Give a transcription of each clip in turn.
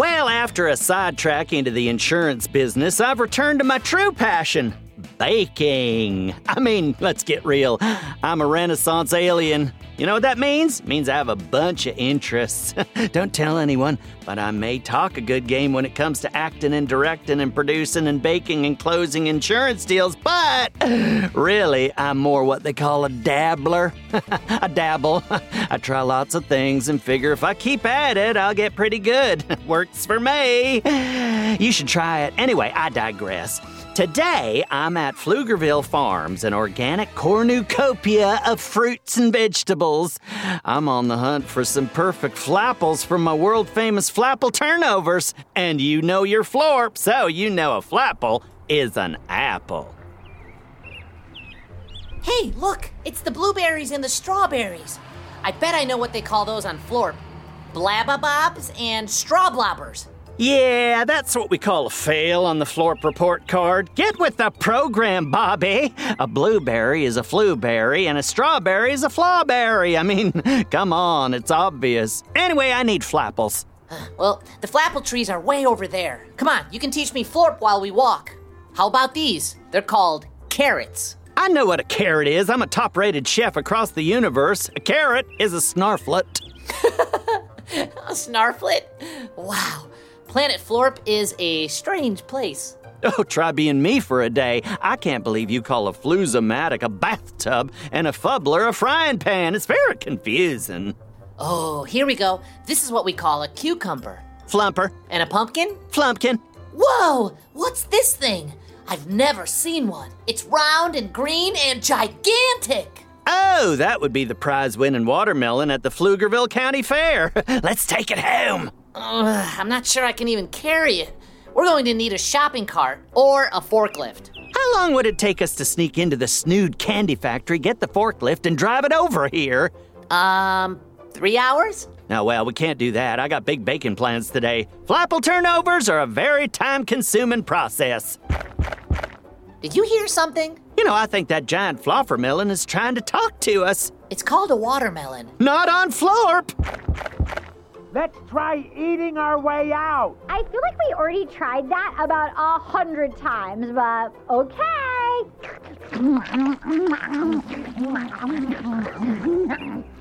After a sidetrack into the insurance business, I've returned to my true passion baking. I mean, let's get real. I'm a Renaissance alien. You know what that means? It means I have a bunch of interests. Don't tell anyone, but I may talk a good game when it comes to acting and directing and producing and baking and closing insurance deals, but really, I'm more what they call a dabbler. I dabble. I try lots of things and figure if I keep at it, I'll get pretty good. Works for me. You should try it. Anyway, I digress. Today, I'm at Pflugerville Farms, an organic cornucopia of fruits and vegetables. I'm on the hunt for some perfect flapples from my world famous flapple turnovers. And you know your florp, so you know a flapple is an apple. Hey, look! It's the blueberries and the strawberries. I bet I know what they call those on Florp. Blababobs and straw blobbers. Yeah, that's what we call a fail on the Florp report card. Get with the program, Bobby. A blueberry is a flueberry, and a strawberry is a flawberry. I mean, come on, it's obvious. Anyway, I need flapples. Well, the flapple trees are way over there. Come on, you can teach me Florp while we walk. How about these? They're called carrots. I know what a carrot is. I'm a top rated chef across the universe. A carrot is a snarflet. A snarflet? Wow. Planet Florp is a strange place. Oh, try being me for a day. I can't believe you call a fluzomatic a bathtub and a fubbler a frying pan. It's very confusing. Oh, here we go. This is what we call a cucumber. Flumper, And a pumpkin? flumpkin. Whoa! What's this thing? I've never seen one. It's round and green and gigantic. Oh, that would be the prize winning watermelon at the Pflugerville County Fair. Let's take it home. Ugh, I'm not sure I can even carry it. We're going to need a shopping cart or a forklift. How long would it take us to sneak into the snood candy factory, get the forklift, and drive it over here? Um, three hours? Oh, well, we can't do that. I got big bacon plans today. Flapple turnovers are a very time consuming process. Did you hear something? You know, I think that giant floppermelon is trying to talk to us. It's called a watermelon. Not on Florp! Let's try eating our way out. I feel like we already tried that about a hundred times, but okay.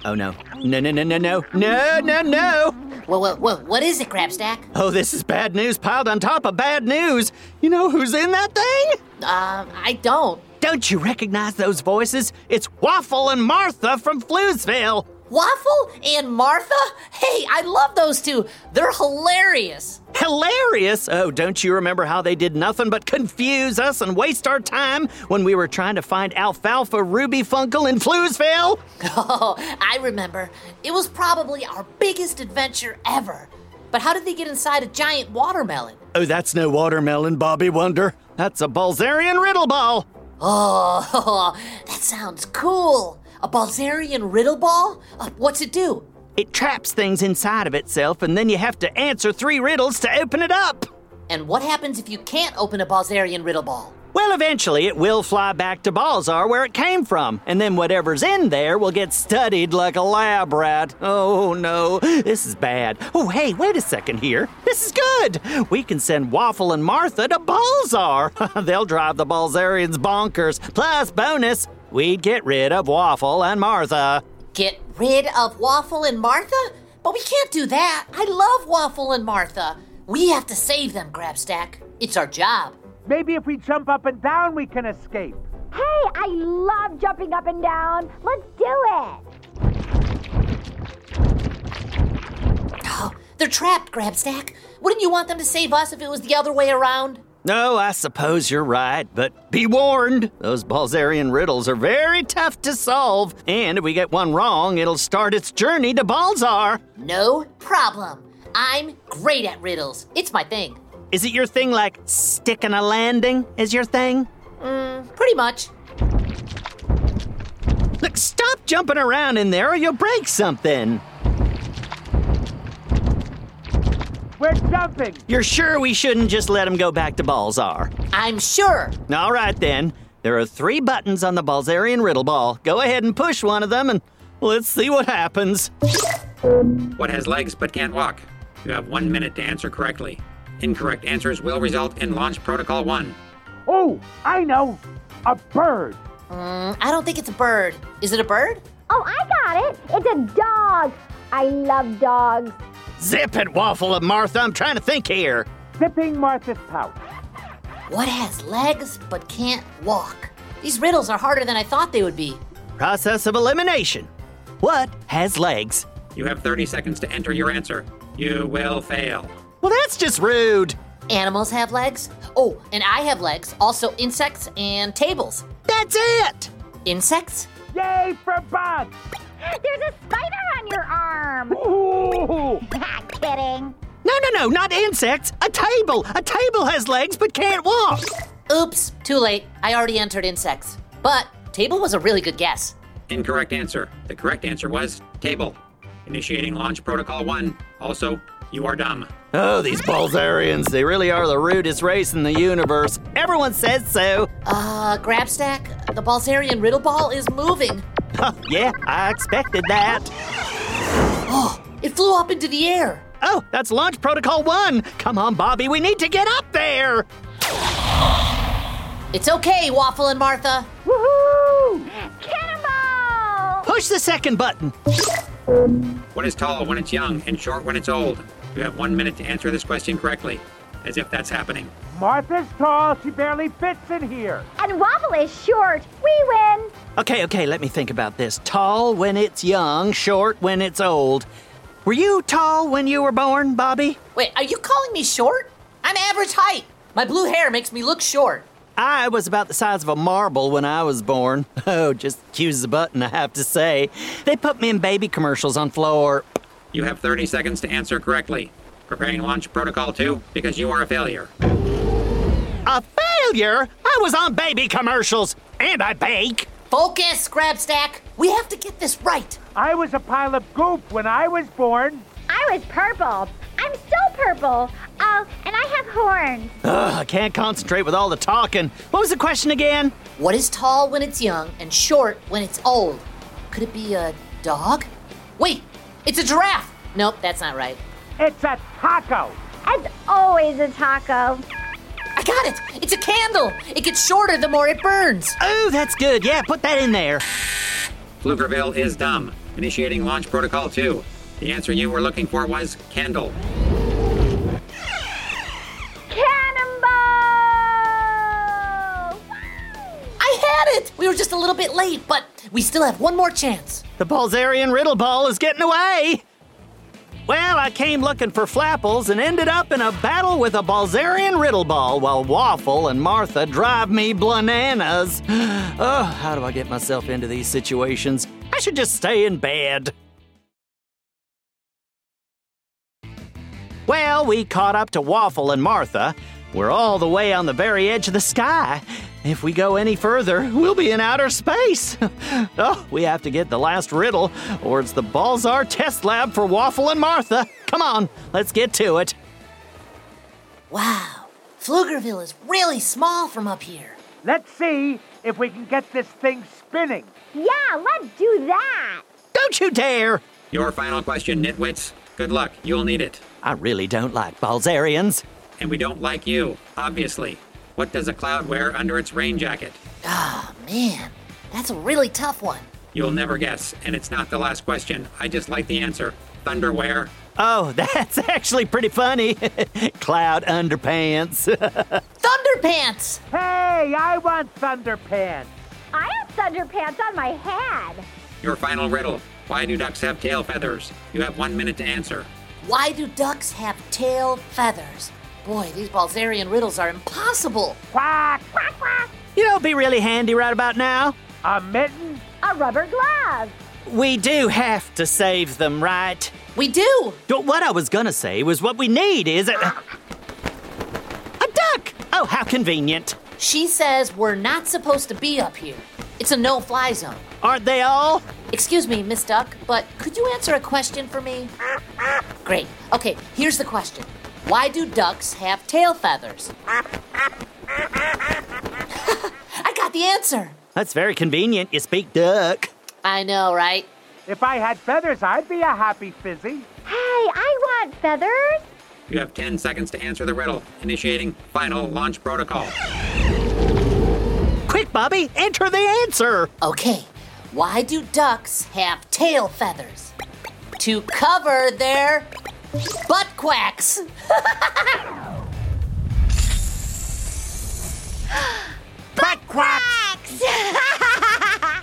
Oh, no. No, no, no, no, no. No, no, no! Whoa, whoa, whoa, what is it, Crabstack? Oh, this is bad news piled on top of bad news. You know who's in that thing? Um, I don't. Don't you recognize those voices? It's Waffle and Martha from Fluesville. Waffle and Martha? Hey, I love those two. They're hilarious. Hilarious! Oh, don't you remember how they did nothing but confuse us and waste our time when we were trying to find Alfalfa Ruby Funkle in Fluesville? Oh, I remember. It was probably our biggest adventure ever. But how did they get inside a giant watermelon? Oh, that's no watermelon, Bobby Wonder. That's a Balzarian riddle ball. Oh, that sounds cool. A Balzarian riddle ball? Uh, what's it do? It traps things inside of itself, and then you have to answer three riddles to open it up. And what happens if you can't open a Balzarian riddle ball? Well, eventually it will fly back to Balzar where it came from, and then whatever's in there will get studied like a lab rat. Oh no, this is bad. Oh, hey, wait a second here. This is good. We can send Waffle and Martha to Balzar. They'll drive the Balzarians bonkers. Plus, bonus, we'd get rid of Waffle and Martha. Get rid of Waffle and Martha? But we can't do that. I love Waffle and Martha. We have to save them, Grabstack. It's our job. Maybe if we jump up and down, we can escape. Hey, I love jumping up and down. Let's do it. Oh, they're trapped, Grabstack. Wouldn't you want them to save us if it was the other way around? No, I suppose you're right, but be warned, those Balzarian riddles are very tough to solve, and if we get one wrong, it'll start its journey to Balzar. No problem. I'm great at riddles. It's my thing. Is it your thing like sticking a landing is your thing? Pretty much. Look, stop jumping around in there or you'll break something. We're jumping. You're sure we shouldn't just let him go back to Balzar? I'm sure. All right then. There are three buttons on the Balzarian riddle ball. Go ahead and push one of them and let's see what happens. What has legs but can't walk? You have one minute to answer correctly. Incorrect answers will result in launch protocol 1. Oh, I know. A bird. Mm, I don't think it's a bird. Is it a bird? Oh, I got it. It's a dog. I love dogs. Zip it, Waffle and Martha. I'm trying to think here. Zipping Martha's pouch. What has legs but can't walk? These riddles are harder than I thought they would be. Process of elimination. What has legs? You have 30 seconds to enter your answer. You will fail. Well, that's just rude. Animals have legs. Oh, and I have legs. Also, insects and tables. That's it. Insects? Yay for bugs! There's a spider on your arm. Ooh. Kidding. No, no, no, not insects. A table. A table has legs but can't walk. Oops, too late. I already entered insects. But table was a really good guess. Incorrect answer. The correct answer was table. Initiating launch protocol 1. Also, you are dumb. Oh, these Balzarians. They really are the rudest race in the universe. Everyone says so. Uh, Grabstack, the Balsarian riddle ball is moving. Huh, yeah, I expected that. It flew up into the air. Oh, that's Launch Protocol 1. Come on, Bobby. We need to get up there. It's okay, Waffle and Martha. Woohoo! Cannonball! Push the second button. What is tall when it's young and short when it's old? You have one minute to answer this question correctly, as if that's happening. Martha's tall. She barely fits in here. And Waffle is short. We win. Okay, okay, let me think about this. Tall when it's young, short when it's old. Were you tall when you were born, Bobby? Wait, are you calling me short? I'm average height. My blue hair makes me look short. I was about the size of a marble when I was born. Oh, just use the button, I have to say. They put me in baby commercials on floor. You have 30 seconds to answer correctly. Preparing launch protocol 2 because you are a failure. A failure? I was on baby commercials, and I bake. Focus, Grabstack. We have to get this right. I was a pile of goop when I was born. I was purple. I'm still purple. Oh, and I have horns. Ugh, I can't concentrate with all the talking. What was the question again? What is tall when it's young and short when it's old? Could it be a dog? Wait, it's a giraffe. Nope, that's not right. It's a taco. It's always a taco. I got it. It's a candle. It gets shorter the more it burns. Oh, that's good. Yeah, put that in there. Pflugerville is dumb. Initiating launch protocol 2. The answer you were looking for was candle. Cannonball! I had it. We were just a little bit late, but we still have one more chance. The Balzarian riddle ball is getting away. Well, I came looking for flapples and ended up in a battle with a Balzarian riddle ball while Waffle and Martha drive me bananas. Oh, how do I get myself into these situations? I should just stay in bed. Well, we caught up to Waffle and Martha. We're all the way on the very edge of the sky. If we go any further, we'll be in outer space. oh, we have to get the last riddle, or it's the Balzar test lab for Waffle and Martha. Come on, let's get to it. Wow, Pflugerville is really small from up here. Let's see if we can get this thing spinning. Yeah, let's do that. Don't you dare! Your final question, nitwits. Good luck. You'll need it. I really don't like Balzarians. And we don't like you, obviously. What does a cloud wear under its rain jacket? Ah, man, that's a really tough one. You'll never guess, and it's not the last question. I just like the answer. Thunderwear. Oh, that's actually pretty funny. Cloud underpants. Thunderpants! Hey, I want Thunderpants. I have thunderpants on my head. Your final riddle. Why do ducks have tail feathers? You have one minute to answer. Why do ducks have tail feathers? Boy, these Balzarian riddles are impossible. Quack. you know, it'd be really handy right about now. A mitten. A rubber glove. We do have to save them, right? We do. But What I was gonna say was what we need is a, a duck. Oh, how convenient! She says we're not supposed to be up here. It's a no fly zone. Aren't they all? Excuse me, Miss Duck, but could you answer a question for me? Great. Okay, here's the question Why do ducks have tail feathers? I got the answer. That's very convenient. You speak duck. I know, right? If I had feathers, I'd be a happy fizzy. Hey, I want feathers. You have 10 seconds to answer the riddle. Initiating final launch protocol. Quick, Bobby, enter the answer. Okay, why do ducks have tail feathers? To cover their butt quacks.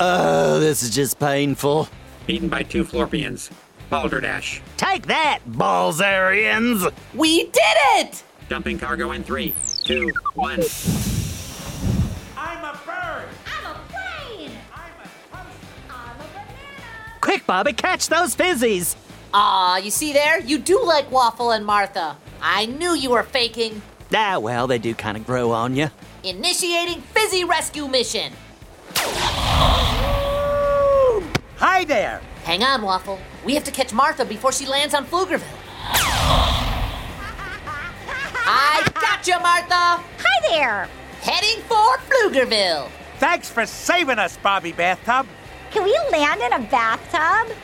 Oh, this is just painful. Beaten by two Florpians. Balderdash. Take that, Balzarians. We did it! Dumping cargo in three, two, one. I'm a bird. I'm a plane. I'm a toaster. I'm a banana. Quick, Bobby, catch those fizzies. Aw, you see there? You do like Waffle and Martha. I knew you were faking. Ah, well, they do kind of grow on you. Initiating Fizzy Rescue Mission. Hi there. Hang on, Waffle. We have to catch Martha before she lands on Pflugerville. I gotcha, Martha! Hi there. Heading for Pflugerville. Thanks for saving us, Bobby Bathtub. Can we land in a bathtub?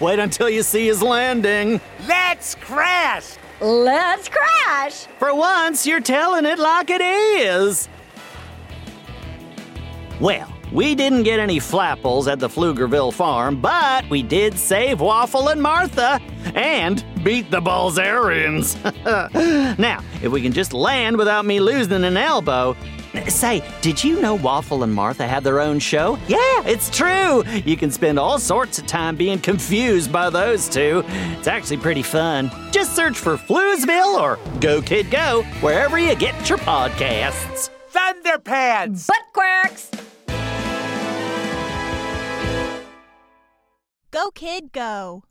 Wait until you see his landing. Let's crash. Let's crash. For once, you're telling it like it is. Well, we didn't get any flapples at the Pflugerville farm, but we did save Waffle and Martha and beat the Balzarians. now, if we can just land without me losing an elbow. Say, did you know Waffle and Martha have their own show? Yeah, it's true. You can spend all sorts of time being confused by those two. It's actually pretty fun. Just search for Fluesville or Go Kid Go wherever you get your podcasts. Thunderpants. Butt quirks. Go, kid, go.